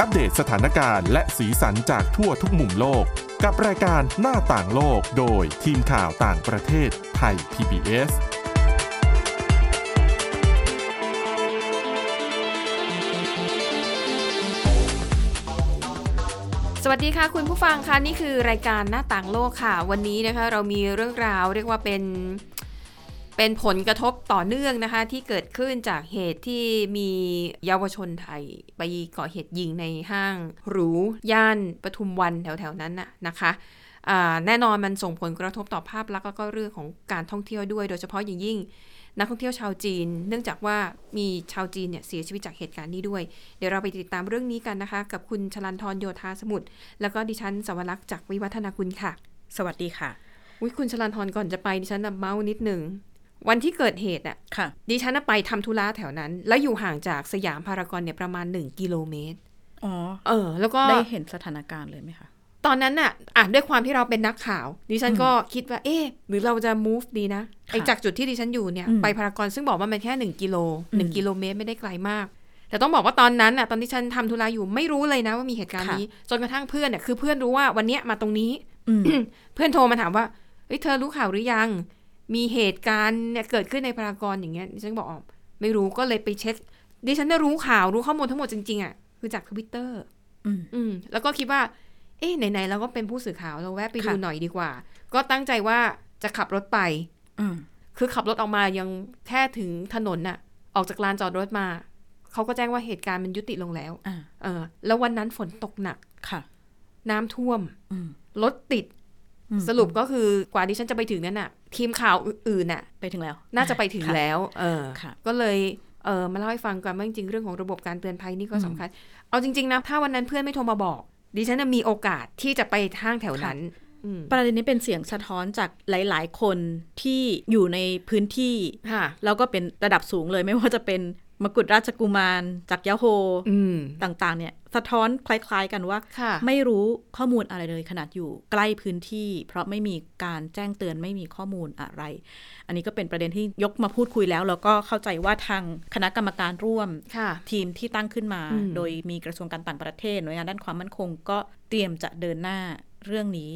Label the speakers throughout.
Speaker 1: อัปเดตสถานการณ์และสีสันจากทั่วทุกมุมโลก กับรายการหน้าต่างโลกโดยทีมข่าวต่างประเทศไทย PBS
Speaker 2: สวัสดีค่ะคุณผู้ฟังค่ะนี่คือรายการหน้าต่างโลกค่ะ วันนี้นะคะเรามีเรื่องราวเรียกว่าเป็นเป็นผลกระทบต่อเนื่องนะคะ ที่เกิดขึ้นจากเหตุที่มีเยาวชนไทย ไปก่อเหตุยิงในห้างหรูย่านปทุมวันแถวๆนั้นน่ะนะคะอ่าแน่นอนมันส่งผลกระทบต่อภาพลักษณ์แล้วก็เรื่องของการท่องเที่ยวด้วยโดยเฉพาะอย่างยิ่ง นักท่องเที่ยวชาวจีน เนื่องจากว่ามีชาวจีนเนี่ยเสียชีวิตจากเหตุการณ์นี้ด้วย เดี๋ยวเราไปติดตามเรื่องนี้กันนะคะ กับคุณชลันทรโยธาสมุทรแล้วก็ดิฉันสวรักษ์จากวิวัฒนาคุณค่ะ
Speaker 3: สวัสดีค่ะ
Speaker 2: อุ้ยคุณชลันทรก่อนจะไปดิฉันน่ะเมาส์นิดหนึ่งวันที่เกิดเหตุอ่ะ
Speaker 3: ค่ะ
Speaker 2: ดิฉันน่ะไปทำธุระแถวนั้น แล้วอยู่ห่างจากสยามพารากอนเนี่ยประมาณ 1 กิโลเมตร
Speaker 3: อ๋อ
Speaker 2: เออ แล้วก็
Speaker 3: ได้เห็นสถานการณ์เลยไหมคะ
Speaker 2: ตอนนั้นน่ะอ่ะด้วยความที่เราเป็นนักข่าว ดิฉันก็คิดว่าเอ๊ะหรือเราจะ move ดีนะไอ
Speaker 3: ค่ะ
Speaker 2: จากจุดที่ดิฉันอยู่เนี่ย
Speaker 3: อืม
Speaker 2: ไปพารากอนซึ่งบอกว่ามันแค่ 1 กิโล
Speaker 3: อืม
Speaker 2: 1กิโลเมตรไม่ได้ไกลมาก แต่ต้องบอกว่าตอนนั้นน่ะตอนที่ฉันทำธุระอยู่ไม่รู้เลยนะว่ามีเหตุการณ์
Speaker 3: ค่ะ
Speaker 2: นี้จนกระทั่งเพื่อนเนี่ยคือเพื่อนรู้ว่าวันเนี้ยมาตรงนี้
Speaker 3: อืม
Speaker 2: เพื่อนโทรมาถามว่าเฮ้ยเธอรู้ข่าวหรือยัง มีเหตุการณ์เนี่ยเกิดขึ้นในพารากอนอย่างเงี้ย ดิฉันบอกอ๋อไม่รู้ก็เลยไปเช็ค ดิฉันได้รู้ข่าวรู้ข้อมูลทั้งหมดจริงๆอ่ะ คือจากทวิตเตอร์
Speaker 3: อืม
Speaker 2: อืม แล้วก็คิดว่า เอ๊ะไหนๆเราก็เป็นผู้สื่อข่าวเราแวะไปดู
Speaker 3: ค่ะ
Speaker 2: หน่อยดีกว่า ก็ตั้งใจว่าจะขับรถไป
Speaker 3: อืม
Speaker 2: คือขับรถออกมายังแค่ถึงถนนน่ะ ออกจากลานจอดรถมา เขาก็แจ้งว่าเหตุการณ์มันยุติลงแล้ว
Speaker 3: อ่า
Speaker 2: เออ แล้ววันนั้นฝนตกหนัก
Speaker 3: ค่ะ
Speaker 2: น้ำท่วม
Speaker 3: อืม
Speaker 2: รถติด
Speaker 3: อืม
Speaker 2: สรุปก็คือกว่าดิฉันจะไปถึงนั้นน่ะ ทีมข่าวอื่นๆน่ะ
Speaker 3: ไปถึงแล้ว
Speaker 2: น่าจะไปถึงแล้ว เออ
Speaker 3: ค่ะ
Speaker 2: ก็เลยเออมาเล่าให้ฟังกันว่าจริงๆเรื่องของระบบการเตือนภัยนี่ก็
Speaker 3: อืม
Speaker 2: สำคัญ เอาจริง ๆนะถ้าวันนั้นเพื่อนไม่โทรมาบอก ดิฉันน่ะมีโอกาสที่จะไปห้างแถว
Speaker 3: ค่ะ
Speaker 2: นั้นอืม
Speaker 3: ประเด็นนี้เป็นเสียงสะท้อนจากหลาย ๆ คนที่อยู่ในพื้นที่
Speaker 2: ค่ะ
Speaker 3: แล้วก็เป็นระดับสูงเลยไม่ว่าจะเป็นมกุฎราชกุมาร จากยาโฮ
Speaker 2: อืม
Speaker 3: ต่าง ๆ เนี่ย สะท้อนคล้าย ๆ กันว่า
Speaker 2: ค่ะ
Speaker 3: ไม่รู้ข้อมูลอะไรเลยขนาดอยู่ใกล้พื้นที่ เพราะไม่มีการแจ้งเตือนไม่มีข้อมูลอะไร อันนี้ก็เป็นประเด็นที่ยกมาพูดคุยแล้ว แล้วก็เข้าใจว่าทางคณะกรรมการร่วม
Speaker 2: ค่ะ
Speaker 3: ทีมที่ตั้งขึ้นมา
Speaker 2: อืม
Speaker 3: โดยมีกระทรวงการต่างประเทศหน่วยงานด้านความมั่นคงก็เตรียมจะเดินหน้าเรื่องนี้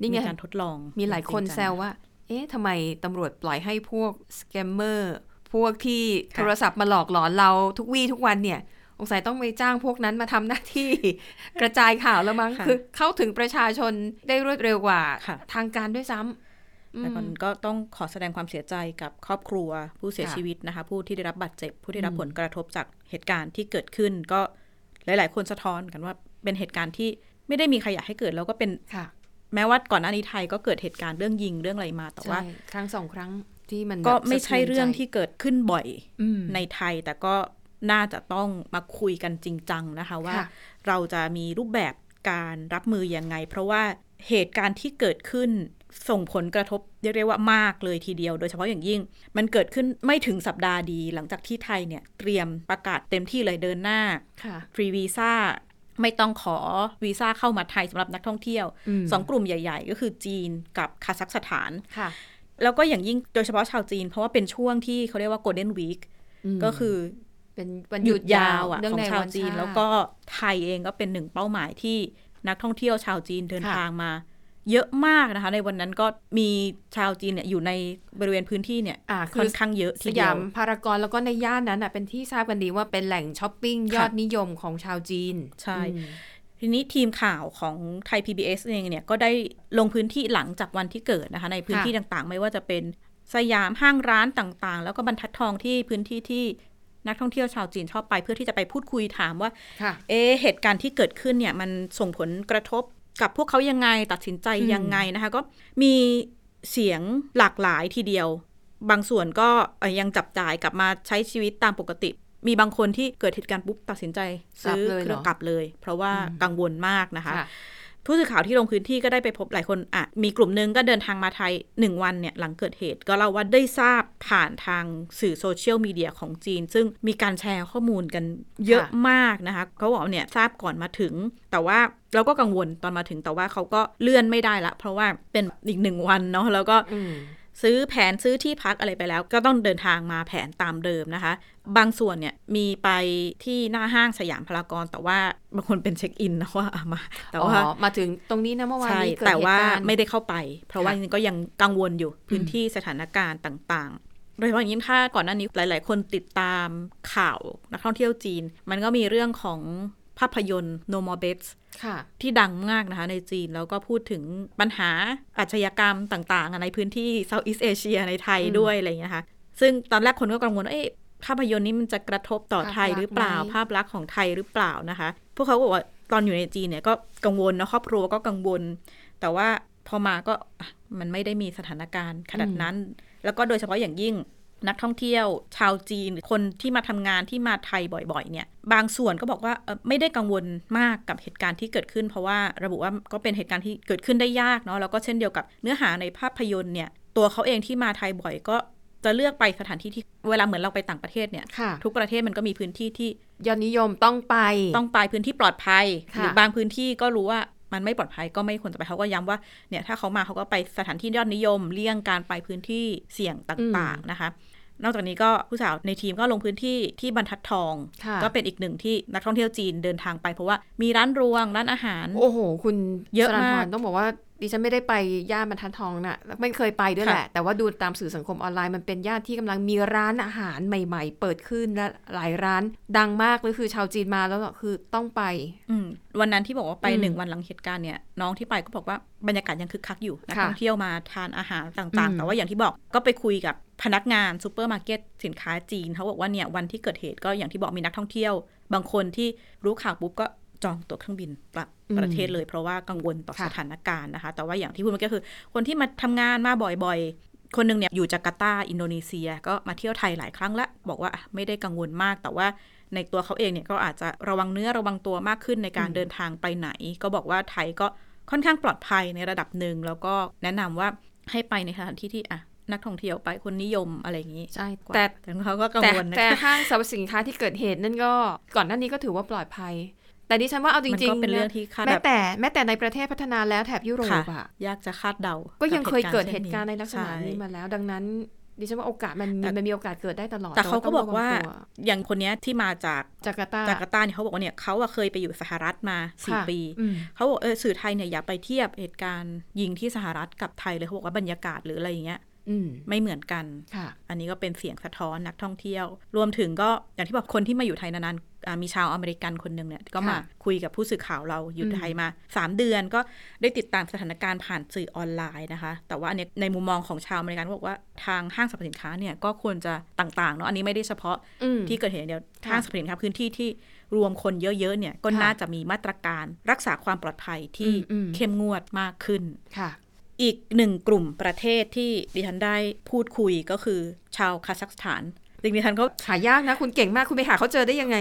Speaker 2: นี่ไง
Speaker 3: มีการทดลอง
Speaker 2: มีหลายคนแซวว่า เอ๊ะทำไมตำรวจปล่อยให้พวกสแกมเมอร์ พวกที่โทรศัพท์มาหลอกหลอนเราทุกวี่ทุกวันเนี่ยสงสัยต้องไปจ้างพวกนั้นมาทำหน้าที่ กระจายข่าวแล้วมั้ง
Speaker 3: ค่ะ
Speaker 2: คือเข้าถึงประชาชนได้รวดเร็วกว่า
Speaker 3: ค่ะ
Speaker 2: ทางการด้วยซ้ำอื
Speaker 3: แล้ว
Speaker 2: ม
Speaker 3: มันก็ต้องขอแสดงความเสียใจกับครอบครัว ผู้เสีย
Speaker 2: ค่ะ
Speaker 3: ชีวิตนะคะ ผู้ที่ได้รับบาดเจ็บ ผู้ที่รับ
Speaker 2: อืม
Speaker 3: ผลกระทบจากเหตุการณ์ที่เกิดขึ้น ก็หลาย ๆ คนสะท้อนกันว่าเป็นเหตุการณ์ที่ไม่ได้มีใครอยากให้เกิด แล้วก็เป็น
Speaker 2: ค่ะ
Speaker 3: แม้ว่าก่อนหน้านี้ไทยก็เกิดเหตุการณ์เรื่องยิงเรื่องอะไรมา แต่ว่า
Speaker 2: ใช่ครั้งสองครั้งที่มัน
Speaker 3: ก็
Speaker 2: แบบ
Speaker 3: ไม่ใช่
Speaker 2: สะทืนจ
Speaker 3: เรื่องที่เกิดขึ้นบ่อย
Speaker 2: อืม
Speaker 3: ในไทยแต่ก็น่าจะต้องมาคุยกันจริงจังนะคะว่า
Speaker 2: ค่ะ
Speaker 3: เราจะมีรูปแบบการรับมือยังไง เพราะว่าเหตุการณ์ที่เกิดขึ้นส่งผลกระทบเรียกได้ว่ามากเลยทีเดียว โดยเฉพาะอย่างยิ่ง มันเกิดขึ้นไม่ถึงสัปดาห์ดี หลังจากที่ไทยเนี่ยเตรียมประกาศเต็มที่เลยเดินหน้า
Speaker 2: ค่ะ
Speaker 3: ฟรีวีซ่าไม่ต้องขอวีซ่าเข้ามาไทยสำหรับนักท่องเที่ยว
Speaker 2: อืม
Speaker 3: สองกลุ่มใหญ่ ๆ ก็คือจีนกับคาซัคสถาน
Speaker 2: ค่ะ
Speaker 3: แล้วก็อย่างยิ่งโดยเฉพาะชาวจีน เพราะว่าเป็นช่วงที่เขาเรียกว่า golden week
Speaker 2: ม
Speaker 3: ก็คือ
Speaker 2: เป็นวัน
Speaker 3: หยุดยาวอ่ะ
Speaker 2: เนื่
Speaker 3: ของ
Speaker 2: ใน
Speaker 3: ชาว
Speaker 2: วัน
Speaker 3: จีน
Speaker 2: ชาติ
Speaker 3: แล้วก็ไทยเองก็เป็นหนึ่งเป้าหมายที่นักท่องเที่ยวชาวจีนเดิน
Speaker 2: ค่ะ
Speaker 3: ทางมา เยอะมากนะคะ ในวันนั้นก็มีชาวจีนเนี่ยอยู่ในบริเวณพื้นที่เนี่ย
Speaker 2: อ่าคื
Speaker 3: ค่อ
Speaker 2: อ
Speaker 3: นข้างเยอะ
Speaker 2: ส
Speaker 3: ทีเดี
Speaker 2: ยา
Speaker 3: ยว
Speaker 2: มพารากอนแล้วก็ในย่านนั้นน่ะเป็นที่ทราบกันดีว่าเป็นแหล่งช้อปปิ้งยอดนิยมของชาวจีน
Speaker 3: ใช่
Speaker 2: อืม
Speaker 3: ทีนี้ทีมข่าวของไทย PBS เองเนี่ยก็ได้ลงพื้นที่หลังจากวันที่เกิดนะคะ ในพื้นที่ต่างๆ ไม่ว่าจะเป็นสยามห้างร้านต่างๆ แล้วก็บรรทัดทองที่พื้นที่ที่นักท่องเที่ยวชาวจีนชอบไปเพื่อที่จะไปพูดคุยถามว่า
Speaker 2: ค่ะ
Speaker 3: เอะเหตุการณ์ที่เกิดขึ้นเนี่ยมันส่งผลกระทบกับพวกเขายังไงตัดสินใจ
Speaker 2: อืม
Speaker 3: ยังไงนะคะ ก็มีเสียงหลากหลายทีเดียว บางส่วนก็เอ่อยังจับจ่ายกลับมาใช้ชีวิตตามปกติ มีบางคนที่เกิดเหตุการณ์ปุ๊บตัดสินใจ ซื้อเครื่องกลับเลย เพราะว่ากังวลมากนะคะ
Speaker 2: ค่ะ
Speaker 3: ผู้สื่อข่าวที่ลงพื้นที่ก็ได้ไปพบหลายคนอ่ะมีกลุ่มหนึงก็เดินทางมาไทย 1 วันเนี่ยหลังเกิดเหตุ ก็เล่าว่าได้ทราบผ่านทางสื่อโซเชียลมีเดียของจีน ซึ่งมีการแชร์ข้อมูลกันเยอะ
Speaker 2: ค่ะ
Speaker 3: มากนะคะเขาบอกว่าเนี่ยทราบก่อนมาถึง แต่ว่าเราก็กังวลตอนมาถึงแต่ว่าเขาก็เลื่อนไม่ได้ละ เพราะว่าเป็นอีกหนึ่งวันเนาะแล้วก็
Speaker 2: อืม
Speaker 3: ซื้อแผนซื้อที่พักอะไรไปแล้ว ก็ต้องเดินทางมาแผนตามเดิมนะคะ บางส่วนเนี่ยมีไปที่หน้าห้างสยามพารากอนแต่ว่าบางคนเป็นเช็คอินนะว่าเอามาแต่ว่า
Speaker 2: อ๋อมาถึงตรงนี้นะเมื่อวาน
Speaker 3: ใช่
Speaker 2: นี้เกิด
Speaker 3: แต่ว่า
Speaker 2: เหตุการณ์
Speaker 3: ไม่ได้เข้าไป เพราะว่า
Speaker 2: ค่ะ
Speaker 3: จริงๆก็ยังกังวลอยู่พื้นที่สถานการณ์ต่างๆ โดยเฉพาะอย่างยิ่งถ้าก่อนหน้านี้หลาย ๆ คนติดตามข่าวนักท่องเที่ยวจีน มันก็มีเรื่องของภาพยนตร์ No More Beds
Speaker 2: ค่ะ
Speaker 3: ที่ดังมากนะคะในจีน แล้วก็พูดถึงปัญหาอาชญากรรมต่าง ๆ ในพื้นที่ Southeast Asia ในไทย
Speaker 2: อืม
Speaker 3: ด้วยอะไรอย่างเงี้ยนะคะซึ่งตอนแรกคนก็กังวลว่าเอ๊ะภาพยนตร์นี้มันจะกระทบต่อไทยหรือเปล่า
Speaker 2: ภาพลักษณ์ไหม
Speaker 3: ภาพลักษณ์ของไทยหรือเปล่านะคะ พวกเขาก็บอกว่าตอนอยู่ในจีนเนี่ยก็กังวลนะครอบครัวก็กังวล แต่ว่าพอมาก็อ่ะมันไม่ได้มีสถานการณ์ขนาดนั้น แล้วก็โดยเฉพาะอย่างยิ่ง นักท่องเที่ยวชาวจีนหรือคนที่มาทำงานที่มาไทยบ่อยๆ เนี่ย บางส่วนก็บอกว่าเอ่อไม่ได้กังวลมากกับเหตุการณ์ที่เกิดขึ้น เพราะว่าระบุว่าก็เป็นเหตุการณ์ที่เกิดขึ้นได้ยากเนาะแล้วก็เช่นเดียวกับเนื้อหาในภาพยนตร์เนี่ย ตัวเขาเองที่มาไทยบ่อยก็จะเลือกไปสถานที่ที่เวลาเหมือนเราไปต่างประเทศเนี่ย
Speaker 2: ค่ะ
Speaker 3: ทุกประเทศมันก็มีพื้นที่ที่
Speaker 2: ยอดนิยมต้องไป
Speaker 3: ต้องไปพื้นที่ปลอดภัย
Speaker 2: ค่ะ
Speaker 3: หรือบางพื้นที่ก็รู้ว่ามันไม่ปลอดภัยก็ไม่ควรจะไปเขาก็ย้ำว่าเนี่ยถ้าเขามาเขาก็ไปสถานที่ยอดนิยมเลี่ยงการไปพื้นที่เสี่ยงต่างๆนะคะ นอกจากนี้ก็ผู้สาวในทีมก็ลงพื้นที่ที่บรรทัดทอง
Speaker 2: ค่ะ
Speaker 3: ก็เป็นอีกหนึ่งที่นักท่องเที่ยวจีนเดินทางไปเพราะว่ามีร้านรวงร้านอาหาร
Speaker 2: โอ้โห คุณ
Speaker 3: เยอะ
Speaker 2: สรัญพร
Speaker 3: มาก
Speaker 2: ต้องบอกว่าดิฉันไม่ได้ไปย่านบรรทัดทองนะ่ะไม่เคยไปด้วย
Speaker 3: ค่ะ
Speaker 2: แหละ แต่ว่าดูตามสื่อสังคมออนไลน์มันเป็นย่านที่กำลังมีร้านอาหารใหม่ ๆ เปิดขึ้นและหลายร้านดังมากเลยคือชาวจีนมาแล้วก็คือต้องไป
Speaker 3: ืมวันนั้นที่บอกว่าไป
Speaker 2: อืม
Speaker 3: หนึ่งวันหลังเหตุการณ์เนี่ยน้องที่ไปก็บอกว่าบรรยากาศยังคึกคักอยู่นัก
Speaker 2: ค่ะ
Speaker 3: ท่องเที่ยวมาทานอาหารต่าง
Speaker 2: อืม
Speaker 3: ๆแต่ว่าอย่างที่บอกก็ไปคุยกับพนักงานซูเปอร์มาร์เก็ตสินค้าจีนเขาบอกว่าเนี่ยวันที่เกิดเหตุก็อย่างที่บอกมีนักท่องเที่ยว บางคนที่รู้ข่าวปุ๊บก็จองตั๋วเครื่องบินกลับประเทศเลย เพราะว่ากังวลต่อสถานการณ์นะคะ แต่ว่าอย่างที่พูดเมื่อกี้คือ คนที่มาทำงานมาบ่อยๆ คนหนึ่งเนี่ยอยู่จาการ์ตาอินโดนีเซีย ก็มาเที่ยวไทยหลายครั้งละบอกว่าอ่ะไม่ได้กังวลมาก แต่ว่าในตัวเขาเองเนี่ยก็อาจจะระวังเนื้อระวังตัวมากขึ้นในการเดินทางไปไหน ก็บอกว่าไทยก็ค่อนข้างปลอดภัยในระดับหนึ่งแล้วก็แนะนำว่าให้ไปในสถานที่ที่อ่ะนักท่องเที่ยวไปคนนิยมอะไรอย่างนี้
Speaker 2: ใช่
Speaker 3: กว่า
Speaker 2: แต่
Speaker 3: แต่เขาก็กัง
Speaker 2: แต่
Speaker 3: วลนะ
Speaker 2: แต่
Speaker 3: คะ
Speaker 2: ห้างสรรพสินค้าที่เกิดเหตุนั่นก็ก่อนหน้านี้ก็ถือว่าปลอดภัย แต่ดิฉันว่าเอาจ
Speaker 3: มัน
Speaker 2: ริง
Speaker 3: ก็
Speaker 2: ๆ
Speaker 3: เป็นเรื่อง
Speaker 2: ะ
Speaker 3: ที่คาด
Speaker 2: แม้
Speaker 3: แบบ
Speaker 2: แต่แม้แต่ในประเทศพัฒนาแล้วแถบยุโรป
Speaker 3: ค่ะ
Speaker 2: อะ
Speaker 3: ยากจะคาดเดา
Speaker 2: ก็ยังเคยเกิดเหตุการณ์ใน
Speaker 3: บ
Speaker 2: ลักษณะนี้
Speaker 3: ใช่
Speaker 2: มาแล้ว ดังนั้น ดิฉันว่าโอกาสมันมี
Speaker 3: แต่
Speaker 2: มันมีโอกาสเกิดได้ตลอด
Speaker 3: แต่เขาก็
Speaker 2: ง
Speaker 3: บอกว่า
Speaker 2: ระงตั
Speaker 3: อย่างคนเนี้ยที่มาจาก
Speaker 2: จาการ์ตา
Speaker 3: จาการ์ตาเนี่ยเขาบอกว่าเนี่ยเขาอะเคยไปอยู่สหรัฐมาสี่
Speaker 2: ค่ะ
Speaker 3: ปี
Speaker 2: อืม
Speaker 3: เขาบอกเออสื่อไทยเนี่ยอย่าไปเทียบเหตุการณ์ยิงที่สหรัฐกับไทยเลยเขาบอกว่าบรรยากาศหรืออะไรอย่างเงี้ย
Speaker 2: อืม
Speaker 3: ไม่เหมือนกัน
Speaker 2: ค่ะ
Speaker 3: อันนี้ก็เป็นเสียงสะท้อนนักท่องเที่ยว รวมถึงก็อย่างที่บอกคนที่มาอยู่ไทยนานๆอ่ามีชาวอเมริกันคนหนึ่งเนี่ยก็มา
Speaker 2: ค่ะ
Speaker 3: คุยกับผู้สื่อข่าวเราอยู่
Speaker 2: อืม
Speaker 3: ไทยมา 3 เดือนก็ได้ติดตามสถานการณ์ผ่านสื่อออนไลน์นะคะ แต่ว่าอันเนี้ยในมุมมองของชาวอเมริกันก็บอกว่าทางห้างสรรพสินค้าเนี่ยก็ควรจะต่างๆเนาะอันนี้ไม่ได้เฉพาะ
Speaker 2: อืม
Speaker 3: ที่เกิดเหตุอย่างเดียว
Speaker 2: ค่ะ
Speaker 3: ห้างสรรพสินค้าพื้นที่ที่รวมคนเยอะๆเนี่ยก็
Speaker 2: ค่ะ
Speaker 3: น่าจะมีมาตรการรักษาความปลอดภัยที่
Speaker 2: อืมอืม
Speaker 3: เข้มงวดมากขึ้น
Speaker 2: ค่ะ
Speaker 3: อีกหนึ่งกลุ่มประเทศที่ดิฉันได้พูดคุยก็คือชาวคาซัคสถานจริงๆดิฉันก็
Speaker 2: หายากนะคุณเก่งมากคุณไปหาเขาเจอได้ยังไง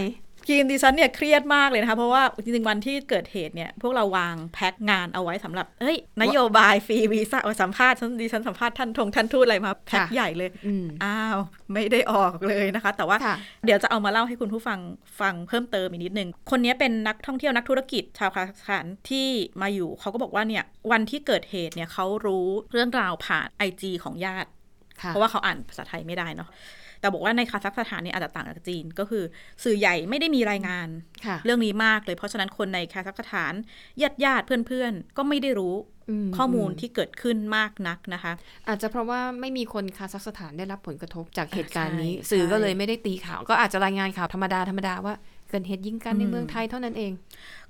Speaker 3: ทีมดิฉันเนี่ยเครียดมากเลยนะคะ เพราะว่าจริงๆวันที่เกิดเหตุเนี่ยพวกเราวางแพ็คงานเอาไว้สำหรับเอ้ยนโยบายฟรีวีซ่าเอาสัมภาษณ์ฉันดิฉันสัมภาษณ์ท่านทงท่านทูตอะไรมาแพ็ค
Speaker 2: ค่ะ
Speaker 3: ใหญ่เลย
Speaker 2: อืม
Speaker 3: อ้าวไม่ได้ออกเลยนะคะ แต่ว่า
Speaker 2: ค่ะ
Speaker 3: เดี๋ยวจะเอามาเล่าให้คุณผู้ฟังฟังเพิ่มเติมอีกนิดนึง คนนี้เป็นนักท่องเที่ยวนักธุรกิจชาวคาซัคสถานที่มาอยู่ เขาก็บอกว่าเนี่ยวันที่เกิดเหตุเนี่ยเขารู้เรื่องราวผ่านไอจของญาติ
Speaker 2: ค่ะ
Speaker 3: เพราะว่าเขาอ่านภาษาไทยไม่ได้เนาะ แต่บอกว่าในคาซัคสถานเนี่ยอาจจะต่างจากจีน ก็คือสื่อใหญ่ไม่ได้มีรายงาน
Speaker 2: ค่ะ
Speaker 3: เรื่องนี้มากเลย เพราะฉะนั้นคนในคาซัคสถานญาติญาติๆเพื่อนๆก็ไม่ได้รู้
Speaker 2: ม
Speaker 3: ข้อมูลที่เกิดขึ้นมากนักนะคะ
Speaker 2: อาจจะเพราะว่าไม่มีคนคาซัคสถานได้รับผลกระทบจากเหตุการณ์นี้
Speaker 3: ใช่
Speaker 2: สื่อก็
Speaker 3: ใช่
Speaker 2: เลยไม่ได้ตีข่าว ก็อาจจะรายงานข่าวธรรมดาธรรมดาว่าเกิดเหตุยิงกันในเมืองไทยเท่านั้นเอง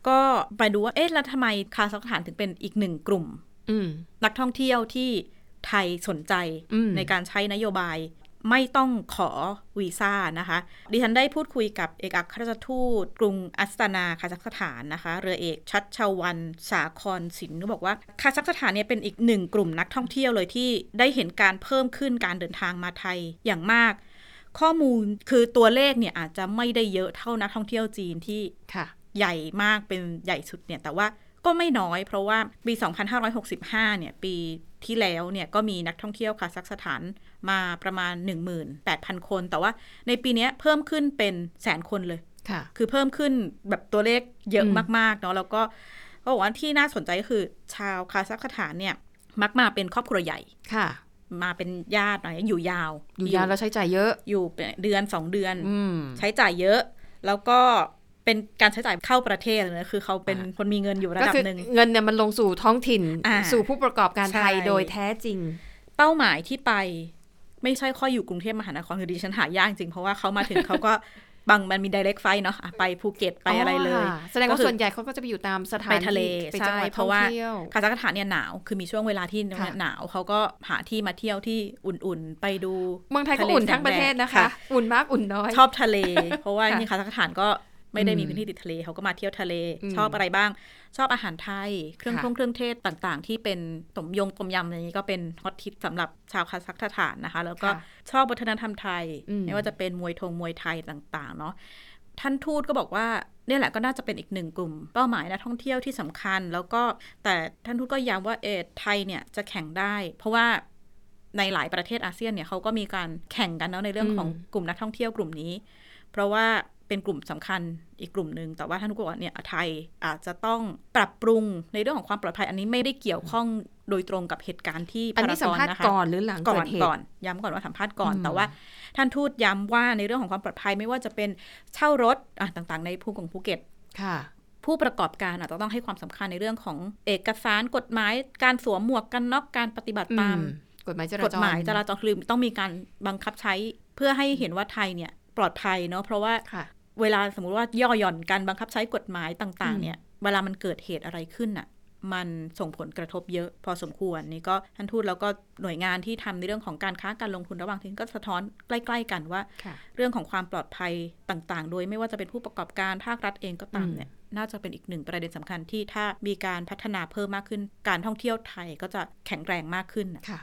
Speaker 3: ก็ไปดูว่าเอ๊ะแล้วทำไมคาซัคสถานถึงเป็นอีกหนึ่งกลุ่ม
Speaker 2: อืม
Speaker 3: นักท่องเที่ยวที่ไทยสนใจ
Speaker 2: อืม
Speaker 3: ในการใช้นโยบายไม่ต้องขอวีซ่านะคะ ดิฉันได้พูดคุยกับเอกอัครราชทูตกรุงอัสตานาคาซัคสถานนะคะ เรือเอกชัดชวันสาครสินก็บอกว่าคาซัคสถานเนี่ยเป็นอีกหนึ่งกลุ่มนักท่องเที่ยวเลยที่ได้เห็นการเพิ่มขึ้นการเดินทางมาไทยอย่างมาก ข้อมูลคือตัวเลขเนี่ยอาจจะไม่ได้เยอะเท่านักท่องเที่ยวจีนที่
Speaker 2: ค่ะ
Speaker 3: ใหญ่มากเป็นใหญ่สุดเนี่ยแต่ว่าก็ไม่น้อยเพราะว่าปี 2565 เนี่ยปีที่แล้วเนี่ยก็มีนักท่องเที่ยวคาซัคสถานมาประมาณ 18,000 คน แต่ว่าในปีเนี้ยเพิ่มขึ้นเป็นแสนคนเลย
Speaker 2: ค่ะ
Speaker 3: คือเพิ่มขึ้นแบบตัวเลขเยอะ
Speaker 2: อืม
Speaker 3: มากๆเนาะแล้วก็เขาบอกว่าที่น่าสนใจก็คือชาวคาซัคสถานเนี่ยมักมาเป็นครอบครัวใหญ่
Speaker 2: ค่ะ
Speaker 3: มาเป็นญาติหน่อยอยู่ยาว
Speaker 2: อยู่ยาวแล้วใช้จ่ายเยอะ
Speaker 3: อยู่เป็นเดือนสองเดือน
Speaker 2: อืม
Speaker 3: ใช้จ่ายเยอะ แล้วก็เป็นการใช้จ่ายเข้าประเทศเลยนะคือเขาเป็น
Speaker 2: อ่า
Speaker 3: คนมีเงินอยู่ระ
Speaker 2: ก็
Speaker 3: ดับ
Speaker 2: คือ
Speaker 3: หนึ่ง
Speaker 2: เงินเนี่ยมันลงสู่ท้องถิ่น
Speaker 3: อ่า
Speaker 2: สู่ผู้ประกอบการไทย
Speaker 3: ใช่
Speaker 2: โดยแท้จริง
Speaker 3: เป้าหมายที่ไปไม่ใช่ค่อยอยู่กรุงเทพมหานครคือดิฉันหายากจริงเพราะว่าเขามาถึง เขาก็บางมันมี direct flight เนาะอ่ะไปภูเก็ตไปอะไรเลย
Speaker 2: แสดงว่า
Speaker 3: ก็คือ
Speaker 2: ส่วนใหญ่เขาก็จะไปอยู่ตามสถาน
Speaker 3: ไปทะเล
Speaker 2: ไปจัง
Speaker 3: ใช่
Speaker 2: หวัด
Speaker 3: เพ
Speaker 2: ท่อ
Speaker 3: ราะ
Speaker 2: ง
Speaker 3: ว่า
Speaker 2: เที่ยว
Speaker 3: คาซัคสถานเนี่ยหนาวคือมีช่วงเวลาที่
Speaker 2: ค่ะ
Speaker 3: หนาวเขาก็หาที่มาเที่ยวที่อุ่นๆ ไปดู
Speaker 2: เมืองไทยก็
Speaker 3: ะเล
Speaker 2: อุ่นทั้ง
Speaker 3: แส
Speaker 2: ประเทศ
Speaker 3: แดด
Speaker 2: นะคะ อุ่นมากอุ่นน้อย
Speaker 3: ชอบทะ เล เพราะว่า
Speaker 2: ค่ะ
Speaker 3: นี่คาซัคสถานก็ไม่ได้มี
Speaker 2: อืม
Speaker 3: พื้นที่ติดทะเลเขาก็มาเที่ยวทะเล
Speaker 2: อืม
Speaker 3: ชอบอะไรบ้าง ชอบอาหารไทย เครื่อง
Speaker 2: ค่ะ
Speaker 3: ท่งเครื่องเทศต่างๆ ที่เป็นต้มยงต้มยำอะไรนี้ก็เป็นฮอตฮิตสำหรับชาวคาซัคสถานนะคะ แล้วก็
Speaker 2: ค่ะ
Speaker 3: ชอบวัฒนธรรมไทย
Speaker 2: อืม
Speaker 3: ไม่ว่าจะเป็นมวยทงมวยไทยต่างๆ เนาะท่านทูตก็บอกว่าเนี่ยแหละก็น่าจะเป็นอีกหนึ่งกลุ่ม เป้าหมายนะท่องเที่ยวที่สำคัญ แล้วก็แต่ท่านทูตก็ย้ำว่าเออไทยเนี่ยจะแข่งได้ เพราะว่าในหลายประเทศอาเซียนเนี่ยเขาก็มีการแข่งกันเนาะในเรื่องของ
Speaker 2: อืม
Speaker 3: กลุ่มนักท่องเที่ยวกลุ่มนี้ เพราะว่าเป็นกลุ่มสำคัญอีกกลุ่มหนึ่งแต่ว่าท่านทูตก็บอกว่าเนี่ยไทยอาจจะต้องปรับปรุงในเรื่องของความปลอดภัย อันนี้ไม่ได้เกี่ยวข้องโดยตรงกับเหตุการณ์ที่
Speaker 2: อันนี้สัม
Speaker 3: พารา
Speaker 2: ภาษ
Speaker 3: กอน
Speaker 2: ณ์
Speaker 3: นะคะ
Speaker 2: ก่อนหรือหลัง
Speaker 3: ก่อ
Speaker 2: เกิ
Speaker 3: น
Speaker 2: ดเห
Speaker 3: ก่อ
Speaker 2: ตุ
Speaker 3: นย้ำก่อนว่าสัมภาษณ์ก่อน
Speaker 2: อืม
Speaker 3: แต่ว่าท่านทูตย้ำว่าในเรื่องของความปลอดภัยไม่ว่าจะเป็นเช่ารถอ่ะต่างๆ ในภูของภูเก็ต
Speaker 2: ค่ะ
Speaker 3: ผู้ประกอบการอาจจะต้องให้ความสำคัญในเรื่องของเอกสารกฎหมาย การสวมหมวกกันน็อกการปฏิบัติตาม
Speaker 2: อืกฎหมายจราก
Speaker 3: ฎ
Speaker 2: จร
Speaker 3: หมายจราจรคือต้องมีการบังคับใช้เพื่อให้เห็นว่าไทยเนี่ยปลอดภัยเนาะเพราะว่า
Speaker 2: ค่ะ
Speaker 3: เวลาสมมุติว่าย่อหย่อนการบังคับใช้กฎหมายต่าง ๆ เนี่ย เวลามันเกิดเหตุอะไรขึ้นน่ะ มันส่งผลกระทบเยอะพอสมควรนี่ก็ท่านทูตแล้วก็หน่วยงานที่ทำในเรื่องของการค้าการลงทุนระหว่างทิ้งก็สะท้อนใกล้ ๆ กันว่า
Speaker 2: ค่ะ
Speaker 3: เรื่องของความปลอดภัยต่างๆ โดยไม่ว่าจะเป็นผู้ประกอบการภาครัฐเองก็ตาม
Speaker 2: อืม
Speaker 3: เนี่ยน่าจะเป็นอีกหนึ่งประเด็นสำคัญที่ถ้ามีการพัฒนาเพิ่มมากขึ้น การท่องเที่ยวไทยก็จะแข็งแรงมากขึ้นน่ะ
Speaker 2: ค่ะ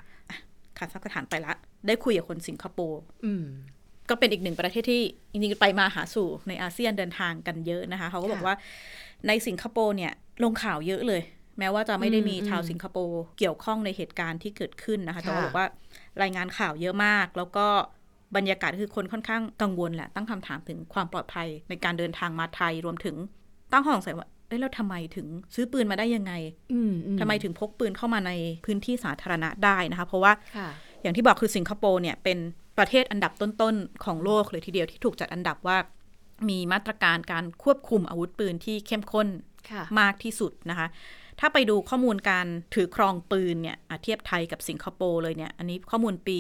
Speaker 3: คาซัคสถานไปละ ได้คุยกับคนสิงคโปร์
Speaker 2: อืม
Speaker 3: ก็เป็นอีกหนึ่งประเทศที่จริงๆไปมาหาสู่ในอาเซียนเดินทางกันเยอะนะคะ เขาก็บอก
Speaker 2: ค่ะ
Speaker 3: ว่าในสิงคโปร์เนี่ยลงข่าวเยอะเลย แม้ว่าจะไม่ได้มี
Speaker 2: อืม
Speaker 3: ชาวสิงคโปร์เกี่ยวข้องในเหตุการณ์ที่เกิดขึ้นนะคะ
Speaker 2: ค่ะ
Speaker 3: แต่ว่าบอกว่ารายงานข่าวเยอะมาก แล้วก็บรรยากาศคือคนค่อนข้างกังวลแหละ ตั้งคำถามถึงความปลอดภัยในการเดินทางมาไทยรวมถึงตั้งข้อสงสัยว่าเอ้ยแล้วทำไมถึงซื้อปืนมาได้ยังไง
Speaker 2: อืมอื
Speaker 3: ทำไมถึงพกปืนเข้ามาในพื้นที่สาธารณะได้นะคะ เพราะว่า
Speaker 2: ค่ะ
Speaker 3: อย่างที่บอกคือสิงคโปร์เนี่ยเป็นประเทศอันดับต้นๆ ของโลกเลยทีเดียวที่ถูกจัดอันดับว่า มีมาตรการการควบคุมอาวุธปืนที่เข้มข้น
Speaker 2: ค่ะ
Speaker 3: มากที่สุดนะคะ ถ้าไปดูข้อมูลการถือครองปืนเนี่ยอ่ะเทียบไทยกับสิงคโปร์เลยเนี่ยอันนี้ข้อมูลปี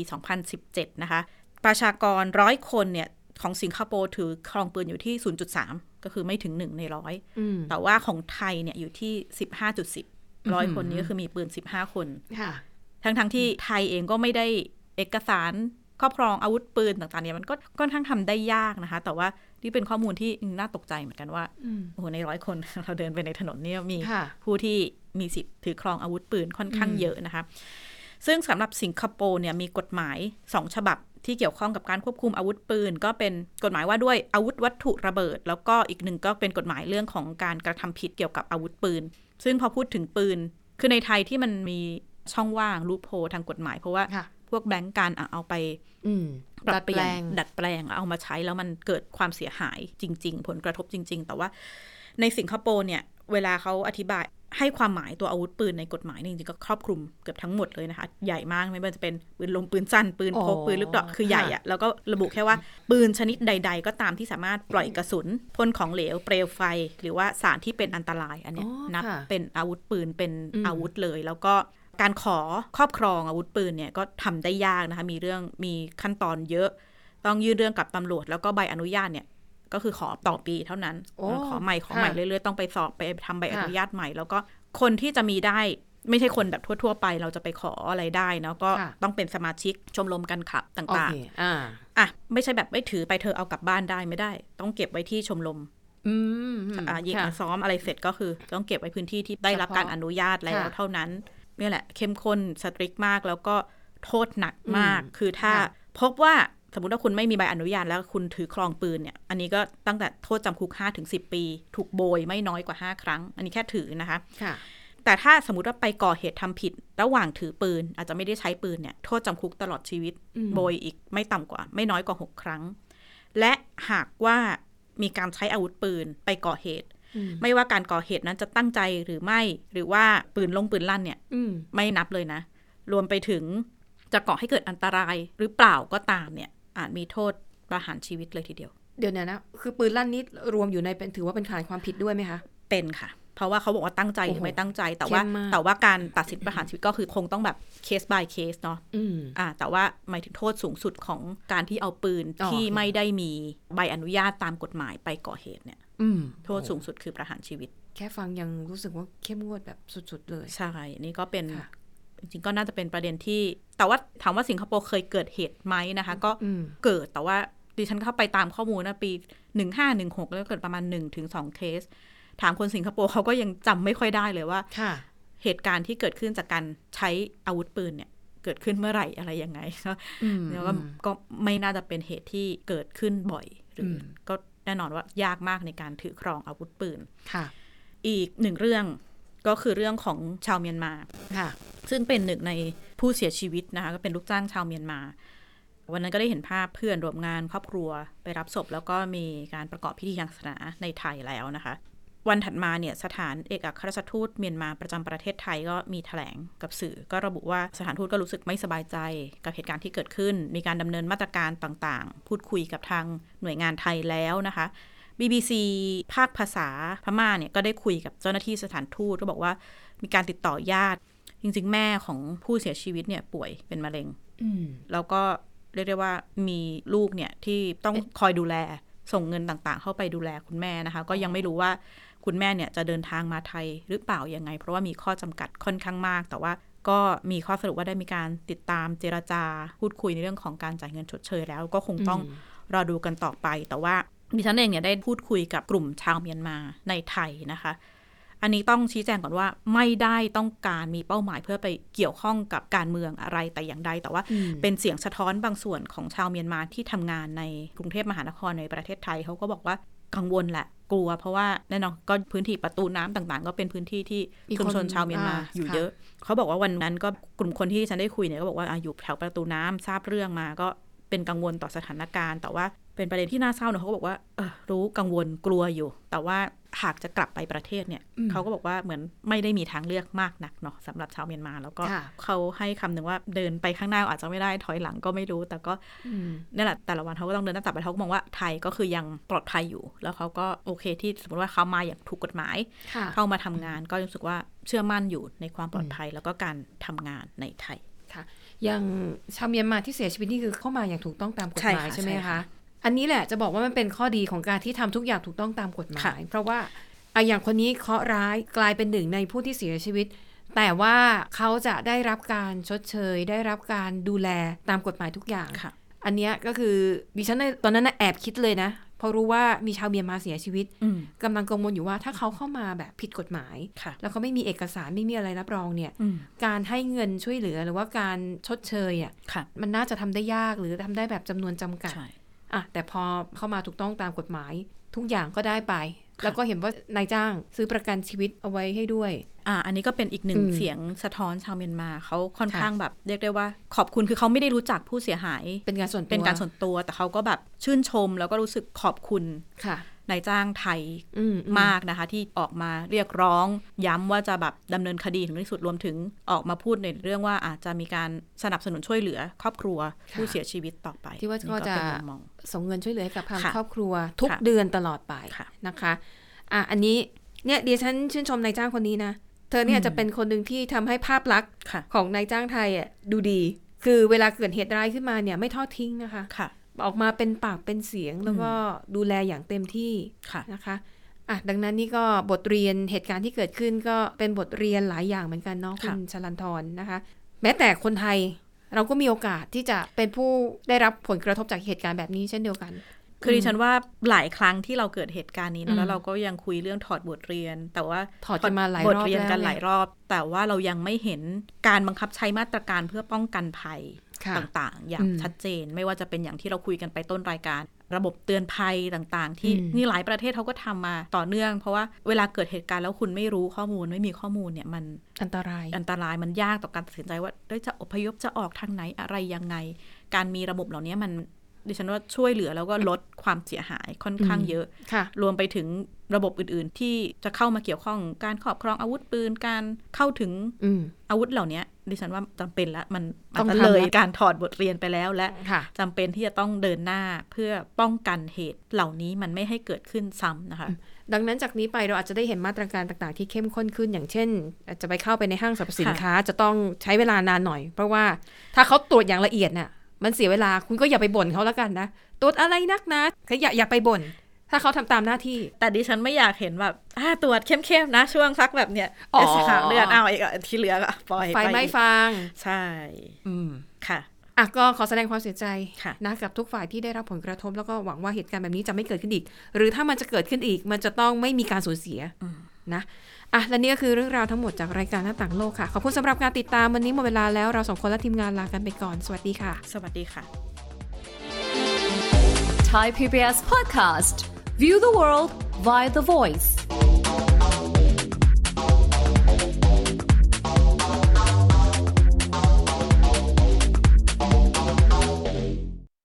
Speaker 3: 2017 นะคะ ประชากรร้อยคนเนี่ยของสิงคโปร์ถือครองปืนอยู่ที่ 0.3 ก็คือไม่ถึง 1 ในร้อย
Speaker 2: อืม
Speaker 3: แต่ว่าของไทยเนี่ยอยู่ที่ 15.10ร้อยคนนี้ก็คือมีปืน 15 คน
Speaker 2: ค่ะ
Speaker 3: ทั้งๆที่ไทยเองก็ไม่ได้เอกสารครอบครองอาวุธปืนต่างๆเนี่ยมันก็ค่อนข้างทำได้ยากนะคะ แต่ว่านี่เป็นข้อมูลที่น่าตกใจเหมือนกันว่า
Speaker 2: อืม
Speaker 3: โอ้โหในร้อยคน เราเดินไปในถนนเนี่ยมี
Speaker 2: ค่ะ
Speaker 3: ผู้ที่มีสิทธิ์ถือครองอาวุธปืนค่อนข้าง
Speaker 2: อืม
Speaker 3: เยอะนะคะ ซึ่งสำหรับสิงคโปร์เนี่ยมีกฎหมาย 2 ฉบับที่เกี่ยวข้องกับการควบคุมอาวุธปืน ก็เป็นกฎหมายว่าด้วยอาวุธวัตถุระเบิด แล้วก็อีกหนึ่งก็เป็นกฎหมายเรื่องของการกระทำผิดเกี่ยวกับอาวุธปืน ซึ่งพอพูดถึงปืน คือในไทยที่มันมีช่องว่างรูปโพทางกฎหมาย เพราะว่า
Speaker 2: ค่ะ
Speaker 3: พวกแบงก์การอ่ะเอาไป
Speaker 2: อืม
Speaker 3: ปรับเปลี่ยน
Speaker 2: ดัด
Speaker 3: ดัดแปลงเอามาใช้แล้วมันเกิดความเสียหายจริง ๆ ผลกระทบจริง ๆ แต่ว่าในสิงคโปร์เนี่ยเวลาเขาอธิบายให้ความหมายตัวอาวุธปืนในกฎหมายนี่จริงๆก็ครอบคลุมเกือบทั้งหมดเลยนะคะ ใหญ่มากไม่ว่าจะเป็นปืนลมปืนสั้นปืนพก
Speaker 2: อ๋อ
Speaker 3: ปืนลูกดอกคือใหญ่อะแล้วก็ระบุแค่ว่าปืนชนิดใด ๆ ก็ตามที่สามารถปล่อยกระสุนพ่นของเหลวเปลวไฟ หรือว่าสารที่เป็นอันตรายอันเนี้ย
Speaker 2: อ๋อ
Speaker 3: นับ
Speaker 2: ค่ะ
Speaker 3: เป็นอาวุธปืนเป็น
Speaker 2: อืม
Speaker 3: อาวุธเลย แล้วก็การขอครอบครองอาวุธปืนเนี่ยก็ทำได้ยากนะคะ มีเรื่องมีขั้นตอนเยอะ ต้องยื่นเรื่องกับตำรวจ แล้วก็ใบอนุญาตเนี่ยก็คือขอต่อปีเท่านั้น
Speaker 2: โอ้
Speaker 3: ขอใหม่ขอใหม่
Speaker 2: ค่ะ
Speaker 3: เรื่อยๆต้องไปสอบไปทำใบอนุ
Speaker 2: ค่ะ
Speaker 3: ญาตใหม่ แล้วก็คนที่จะมีได้ไม่ใช่คนแบบทั่ว ๆ ไป เราจะไปขออะไรได้เนาะก็ต้องเป็นสมาชิกชมรมกันขับต
Speaker 2: โอ่
Speaker 3: าง
Speaker 2: เค อ่า
Speaker 3: ๆอ่ะไม่ใช่แบบไม่ถือไปเธอเอากลับบ้านได้ไม่ได้ ต้องเก็บไว้ที่ชมรม
Speaker 2: อืมม
Speaker 3: อ่ะยิง
Speaker 2: ค่ะ
Speaker 3: อ่ะซ้อมอะไรเสร็จก็คือต้องเก็บไว้พื้นที่ที่ได้รับ
Speaker 2: เฉพาะ
Speaker 3: การอนุญาตแล้ว
Speaker 2: ค่ะ
Speaker 3: เท่านั้นเนี่ยแหละเข้มข้นสตริกมากแล้วก็โทษหนักมาก
Speaker 2: อืม
Speaker 3: คือถ้า
Speaker 2: ค่ะ
Speaker 3: พบว่าสมมติว่าคุณไม่มีใบอนุญาตแล้วคุณถือครองปืนเนี่ย อันนี้ก็ตั้งแต่โทษจำคุก5ถึง10 ปี ถูกโบยไม่น้อยกว่า 5 ครั้ง อันนี้แค่ถือนะคะ
Speaker 2: ค่ะ
Speaker 3: แต่ถ้าสมมติว่าไปก่อเหตุทำผิด ระหว่างถือปืน อาจจะไม่ได้ใช้ปืนเนี่ยโทษจำคุกตลอดชีวิต
Speaker 2: อืม
Speaker 3: โบยอีกไม่ต่ำกว่า ไม่น้อยกว่า 6 ครั้ง และหากว่ามีการใช้อาวุธปืนไปก่อเหตุ
Speaker 2: อืม
Speaker 3: ไม่ว่าการก่อเหตุนั้นจะตั้งใจหรือไม่ หรือว่าปืนลงปืนลั่นเนี่ย
Speaker 2: อืม
Speaker 3: ไม่นับเลยนะ รวมไปถึง จะก่อให้เกิดอันตรายหรือเปล่าก็ตามเนี่ยอาจมีโทษประหารชีวิตเลยทีเดียว
Speaker 2: เดี๋ยวนะนะ คือปืนลั่นนี้รวมอยู่ในเป็นถือว่าเป็นฐานความผิดด้วยไหมคะ
Speaker 3: เป็นค่ะ เพราะว่าเขาบอกว่าตั้งใจหรือ
Speaker 2: โอ้โห
Speaker 3: ไม่ตั้งใจ แต่ว่า
Speaker 2: เข้มมาก
Speaker 3: แต่ว่าการตัดสินประหารชีวิตก็คือคงต้องแบบเคส by เคสเนาะ
Speaker 2: อืม
Speaker 3: อ่า แต่ว่าหมายถึงโทษสูงสุดของการที่เอาปืน
Speaker 2: อ๋อ
Speaker 3: ที่ไม่ได้มีใบอนุญาตตามกฎหมายไปก่อเหตุเนี่ย
Speaker 2: อืม
Speaker 3: โทษสูงสุดคือประหารชีวิต
Speaker 2: แค่ฟังยังรู้สึกว่าเข้มงวดแบบสุด ๆ เลย
Speaker 3: ใช่อันนี่ก็เป็น
Speaker 2: ค่ะ
Speaker 3: จริงๆก็น่าจะเป็นประเด็นที่ แต่ว่าถามว่าสิงคโปร์เคยเกิดเหตุไหมนะคะ ก็
Speaker 2: อืม
Speaker 3: เกิด แต่ว่าดิฉันเข้าไปตามข้อมูลนะปี 1516 แล้วเกิดประมาณ 1-2 เคส ถามคนสิงคโปร์เขาก็ยังจำไม่ค่อยได้เลยว่า
Speaker 2: ค่ะ
Speaker 3: เหตุการณ์ที่เกิดขึ้นจากการใช้อาวุธปืนเนี่ย เกิดขึ้นเมื่อไหร่อะไรยังไงเนอะ
Speaker 2: อืม
Speaker 3: แล้วก็ก็ไม่น่าจะเป็นเหตุที่เกิดขึ้นบ่อย หรืออ
Speaker 2: ม
Speaker 3: ก็แน่นอนว่ายากมากในการถือครองอาวุธปืน
Speaker 2: ค่ะ
Speaker 3: อีกหนึ่งเรื่องก็คือเรื่องของชาวเมียนมา
Speaker 2: ค่ะ
Speaker 3: ซึ่งเป็นหนึ่งในผู้เสียชีวิตนะคะก็เป็นลูกจ้างชาวเมียนมา วันนั้นก็ได้เห็นภาพเพื่อนร่วมงานครอบครัวไปรับศพ แล้วก็มีการประกอบพิธีทางศาสนาในไทยแล้วนะคะ วันถัดมาเนี่ยสถานเอกอัครราชทูตเมียนมาประจำประเทศไทยก็มีแถลงกับสื่อ ก็ระบุว่าสถานทูตก็รู้สึกไม่สบายใจกับเหตุการณ์ที่เกิดขึ้น มีการดำเนินมาตรการต่างๆ พูดคุยกับทางหน่วยงานไทยแล้วนะคะ BBC ภาคภาษาพม่าเนี่ยก็ได้คุยกับเจ้าหน้าที่สถานทูตก็บอกว่ามีการติดต่อญาติ จริงๆ แม่ของผู้เสียชีวิตเนี่ยป่วยเป็นมะเร็ง
Speaker 2: อืม
Speaker 3: แล้วก็เรียกได้ว่ามีลูกเนี่ยที่ต้องคอยดูแลส่งเงินต่างๆ เข้าไปดูแลคุณแม่นะคะ ก็ยังไม่รู้ว่าคุณแม่เนี่ยจะเดินทางมาไทยหรือเปล่ายังไง เพราะว่ามีข้อจำกัดค่อนข้างมาก แต่ว่าก็มีข้อสรุปว่าได้มีการติดตามเจรจาพูดคุยในเรื่องของการจ่ายเงินชดเชยแล้วก็คงต้อง รอดูกันต่อไป แต่ว่าดิฉันเองเนี่ยได้พูดคุยกับกลุ่มชาวเมียนมาในไทยนะคะ อันนี้ต้องชี้แจงก่อนว่าไม่ได้ต้องการมีเป้าหมายเพื่อไปเกี่ยวข้องกับการเมืองอะไรแต่อย่างใด แต่ว่า
Speaker 2: อืม
Speaker 3: เป็นเสียงสะท้อนบางส่วนของชาวเมียนมาที่ทำงานในกรุงเทพมหานครในประเทศไทยเขาก็บอกว่ากังวลแหละกลัว เพราะว่าแน่นอนก็พื้นที่ประตูน้ำต่างๆ ก็เป็นพื้นที่ที่
Speaker 2: มีคน
Speaker 3: ชุมชนชาวเมียนมา
Speaker 2: อ่า
Speaker 3: อยู่
Speaker 2: ค่ะ
Speaker 3: เยอะ เขาบอกว่าวันนั้นก็กลุ่มคนที่ฉันได้คุยเนี่ยก็บอกว่าอะอยู่แถวประตูน้ำทราบเรื่องมาก็เป็นกังวลต่อสถานการณ์ แต่ว่าเป็นประเด็นที่น่าเศร้าเนอะเขาก็บอกว่าเออรู้กังวลกลัวอยู่ แต่ว่าหากจะกลับไปประเทศเนี่ย
Speaker 2: อืม
Speaker 3: เขาก็บอกว่าเหมือนไม่ได้มีทางเลือกมากนักเนาะสำหรับชาวเมียนมา แล้วก็
Speaker 2: ค่ะ
Speaker 3: เขาให้คำหนึ่งว่าเดินไปข้างหน้าอาจจะไม่ได้ถอยหลังก็ไม่รู้ แต่ก็
Speaker 2: อืม
Speaker 3: นั่นแหละแต่ละวันเขาก็ต้องเดินหน้าต่อไปเขาก็มองว่าไทยก็คือยังปลอดภัยอยู่ แล้วเขาก็โอเคที่สมมติว่าเขามาอย่างถูกกฎหมาย
Speaker 2: ค่ะ
Speaker 3: เข้ามาทำงานก็รู้สึกว่าเชื่อมั่นอยู่ในความปลอดภัยแล้วก็การทำงานในไทย
Speaker 2: ค่ะ อย่างชาวเมียนมาที่เสียชีวิตนี่คือเข้ามาอย่างถูกต้องตามกฎ
Speaker 3: ใช่
Speaker 2: หมาย
Speaker 3: ค่ะ
Speaker 2: ใช่ไหม
Speaker 3: ใช่
Speaker 2: คะ
Speaker 3: ค่ะ
Speaker 2: อันนี้แหละจะบอกว่ามันเป็นข้อดีของการที่ทำทุกอย่างถูกต้องตามกฎหมา
Speaker 3: ค่ะ
Speaker 2: ย เพราะว่าอ่ะอย่างคนนี้เคราะห์ร้ายกลายเป็นหนึ่งในผู้ที่เสียชีวิต แต่ว่าเขาจะได้รับการชดเชย ได้รับการดูแลตามกฎหมายทุกอย่าง
Speaker 3: ค่ะ
Speaker 2: อันเนี้ยก็คือดิฉันเนี่ยตอนนั้นนะแอบคิดเลยนะเพอรู้ว่ามีชาวเมียนมาเสียชีวิต
Speaker 3: อืม
Speaker 2: กำลังกังวลอยู่ว่าถ้าเขาเข้ามาแบบผิดกฎหมาย
Speaker 3: ค่ะ
Speaker 2: แล้วเขาไม่มีเอกสารไม่มีอะไรรับรองเนี่ย
Speaker 3: อืม
Speaker 2: การให้เงินช่วยเหลือหรือว่าการชดเชยอ่ะ
Speaker 3: ค่ะ
Speaker 2: มันน่าจะทำได้ยากหรือทำได้แบบจำนวนจำกัด
Speaker 3: ใช่
Speaker 2: อ่ะแต่พอเข้ามาถูกต้องตามกฎหมาย ทุกอย่างก็ได้ไป แล้วก็เห็นว่านายจ้างซื้อประกันชีวิตเอาไว้ให้ด้วย
Speaker 3: อ่า อันนี้ก็เป็นอีกหนึ่ง
Speaker 2: อืม
Speaker 3: เสียงสะท้อนชาวเมียนมาเขาค่อน
Speaker 2: ค่ะ
Speaker 3: ข้างแบบเรียกได้ว่า ขอบคุณคือเขาไม่ได้รู้จักผู้เสียหาย
Speaker 2: เป็นการส่วนตัว
Speaker 3: เป็นการส่วนตัว แต่เขาก็แบบชื่นชม แล้วก็รู้สึกขอบคุณ
Speaker 2: ค่ะ
Speaker 3: นายจ้างไทย
Speaker 2: อืมอื
Speaker 3: มากนะคะ ที่ออกมาเรียกร้อง ย้ำว่าจะแบบดำเนินคดีถึงที่สุดรวมถึงออกมาพูดในเรื่องว่าอาจจะมีการสนับสนุนช่วยเหลือ ครอบครัวผู้เสียชีวิตต่อไป
Speaker 2: ที่ว่า
Speaker 3: นี่
Speaker 2: ก็จะ
Speaker 3: เป็นมุมมอง
Speaker 2: ส่งเงินช่วยเหลือให้กับทาง
Speaker 3: ค่ะ
Speaker 2: ครอบครัวทุก
Speaker 3: ค่ะ
Speaker 2: เดือนตลอดไป
Speaker 3: ค่ะ
Speaker 2: นะคะอ่ะอันนี้เนี่ยดิฉันชื่นชมนายจ้างคนนี้นะเธอเนี่ย
Speaker 3: อืม
Speaker 2: จะเป็นคนหนึ่งที่ทำให้ภาพลักษณ์
Speaker 3: ค่ะ
Speaker 2: ของนายจ้างไทยอ่ะดูดี คือเวลาเกิดเหตุร้ายขึ้นมาเนี่ยไม่ทอดทิ้งนะคะ
Speaker 3: ค่ะ
Speaker 2: ออกมาเป็นปากเป็นเสียงแล้วก็ดูแลอย่างเต็มที่
Speaker 3: ค่ะ
Speaker 2: นะคะอ่ะดังนั้นนี่ก็บทเรียนเหตุการณ์ที่เกิดขึ้นก็เป็นบทเรียนหลายอย่างเหมือนกันเนาะ
Speaker 3: ค่ะ
Speaker 2: คุณชลันทรนะคะ แม้แต่คนไทยเราก็มีโอกาสที่จะเป็นผู้ได้รับผลกระทบจากเหตุการณ์แบบนี้เช่นเดียวกัน
Speaker 3: คือดิฉันว่าหลายครั้งที่เราเกิดเหตุการณ์นี้
Speaker 2: อืม
Speaker 3: นะแล้วเราก็ยังคุยเรื่องถอดบทเรียน แต่ว่า
Speaker 2: ถอดกันมาหลาย
Speaker 3: บ
Speaker 2: ร
Speaker 3: ท
Speaker 2: อบ
Speaker 3: เรียน
Speaker 2: แล้ว
Speaker 3: กันหลายรอบ แต่ว่าเรายังไม่เห็นการบังคับใช้มาตรการเพื่อป้องกันภัย
Speaker 2: ค่ะ
Speaker 3: ต่างๆ อย่าง
Speaker 2: อืม
Speaker 3: ชัดเจน ไม่ว่าจะเป็นอย่างที่เราคุยกันไปต้นรายการ ระบบเตือนภัยต่างๆ ที่
Speaker 2: อืม
Speaker 3: นี่หลายประเทศเขาก็ทำมาต่อเนื่อง เพราะว่าเวลาเกิดเหตุการณ์แล้วคุณไม่รู้ข้อมูลไม่มีข้อมูลเนี่ยมัน
Speaker 2: อันตราย
Speaker 3: อันตรายมันยากต่อการตัดสินใจว่าเอ้ยจะอพยพจะออกทางไหนอะไรยังไง การมีระบบเหล่านี้มัน ดิฉันว่าช่วยเหลือแล้วก็ลดความเสียหายค่อนข้างเยอะ
Speaker 2: ค่ะ
Speaker 3: รวมไปถึงระบบอื่น ๆ ที่จะเข้ามาเกี่ยวข้องการครอบครองอาวุธปืนการเข้าถึง
Speaker 2: อืม
Speaker 3: อาวุธเหล่านี้ดิฉันว่าจำเป็นละมันมัน
Speaker 2: ต้อง
Speaker 3: จะ
Speaker 2: ทำละ
Speaker 3: เลยการถอดบทเรียนไปแล้วและ
Speaker 2: ค่ะ
Speaker 3: จำเป็นที่จะต้องเดินหน้าเพื่อป้องกันเหตุเหล่านี้มันไม่ให้เกิดขึ้นซ้ำนะคะ
Speaker 2: ดังนั้นจากนี้ไปเราอาจจะได้เห็นมาตรการต่างๆที่เข้มข้นขึ้น อย่างเช่น อาจจะไปเข้าไปในห้างสรรพสินค้า จะต้องใช้เวลานานหน่อย เพราะว่าถ้าเขาตรวจอย่างละเอียดน่ะ มันเสียเวลาคุณก็อย่าไปบ่นเขาแล้วกันนะ ตรวจอะไรนักนะคืออย่าอย่าไปบ่นถ้าเขาทำตามหน้าที่
Speaker 3: แต่ดิฉันไม่อยากเห็นแบบอ่าตรวจเข้มๆนะช่วงสักแบบเนี้ย
Speaker 2: อ๋อ
Speaker 3: สามเดือนเอาอีกอ่ะที่เหลือก็ปล่อย
Speaker 2: ไฟ
Speaker 3: ป
Speaker 2: ไม่
Speaker 3: อีก
Speaker 2: ฟาง
Speaker 3: ใช่
Speaker 2: อืม
Speaker 3: ค่ะ
Speaker 2: อ่ะก็ขอแสดงความเสียใจ
Speaker 3: ค่ะ
Speaker 2: นะกับทุกฝ่ายที่ได้รับผลกระทบแล้วก็หวังว่าเหตุการณ์แบบนี้จะไม่เกิดขึ้นอีก หรือถ้ามันจะเกิดขึ้นอีก มันจะต้องไม่มีการสูญเสียนะอ่ะและนี่ก็คือเรื่องราวทั้งหมดจากรายการหน้าต่างโลกค่ะ ขอบคุณสำหรับการติดตามวันนี้หมดเวลาแล้วเราสองคนและทีมงานลากันไปก่อนสวัสดีค่ะ
Speaker 3: สวัสดีค่ะ
Speaker 4: Thai PBS podcast. View the world via the voice.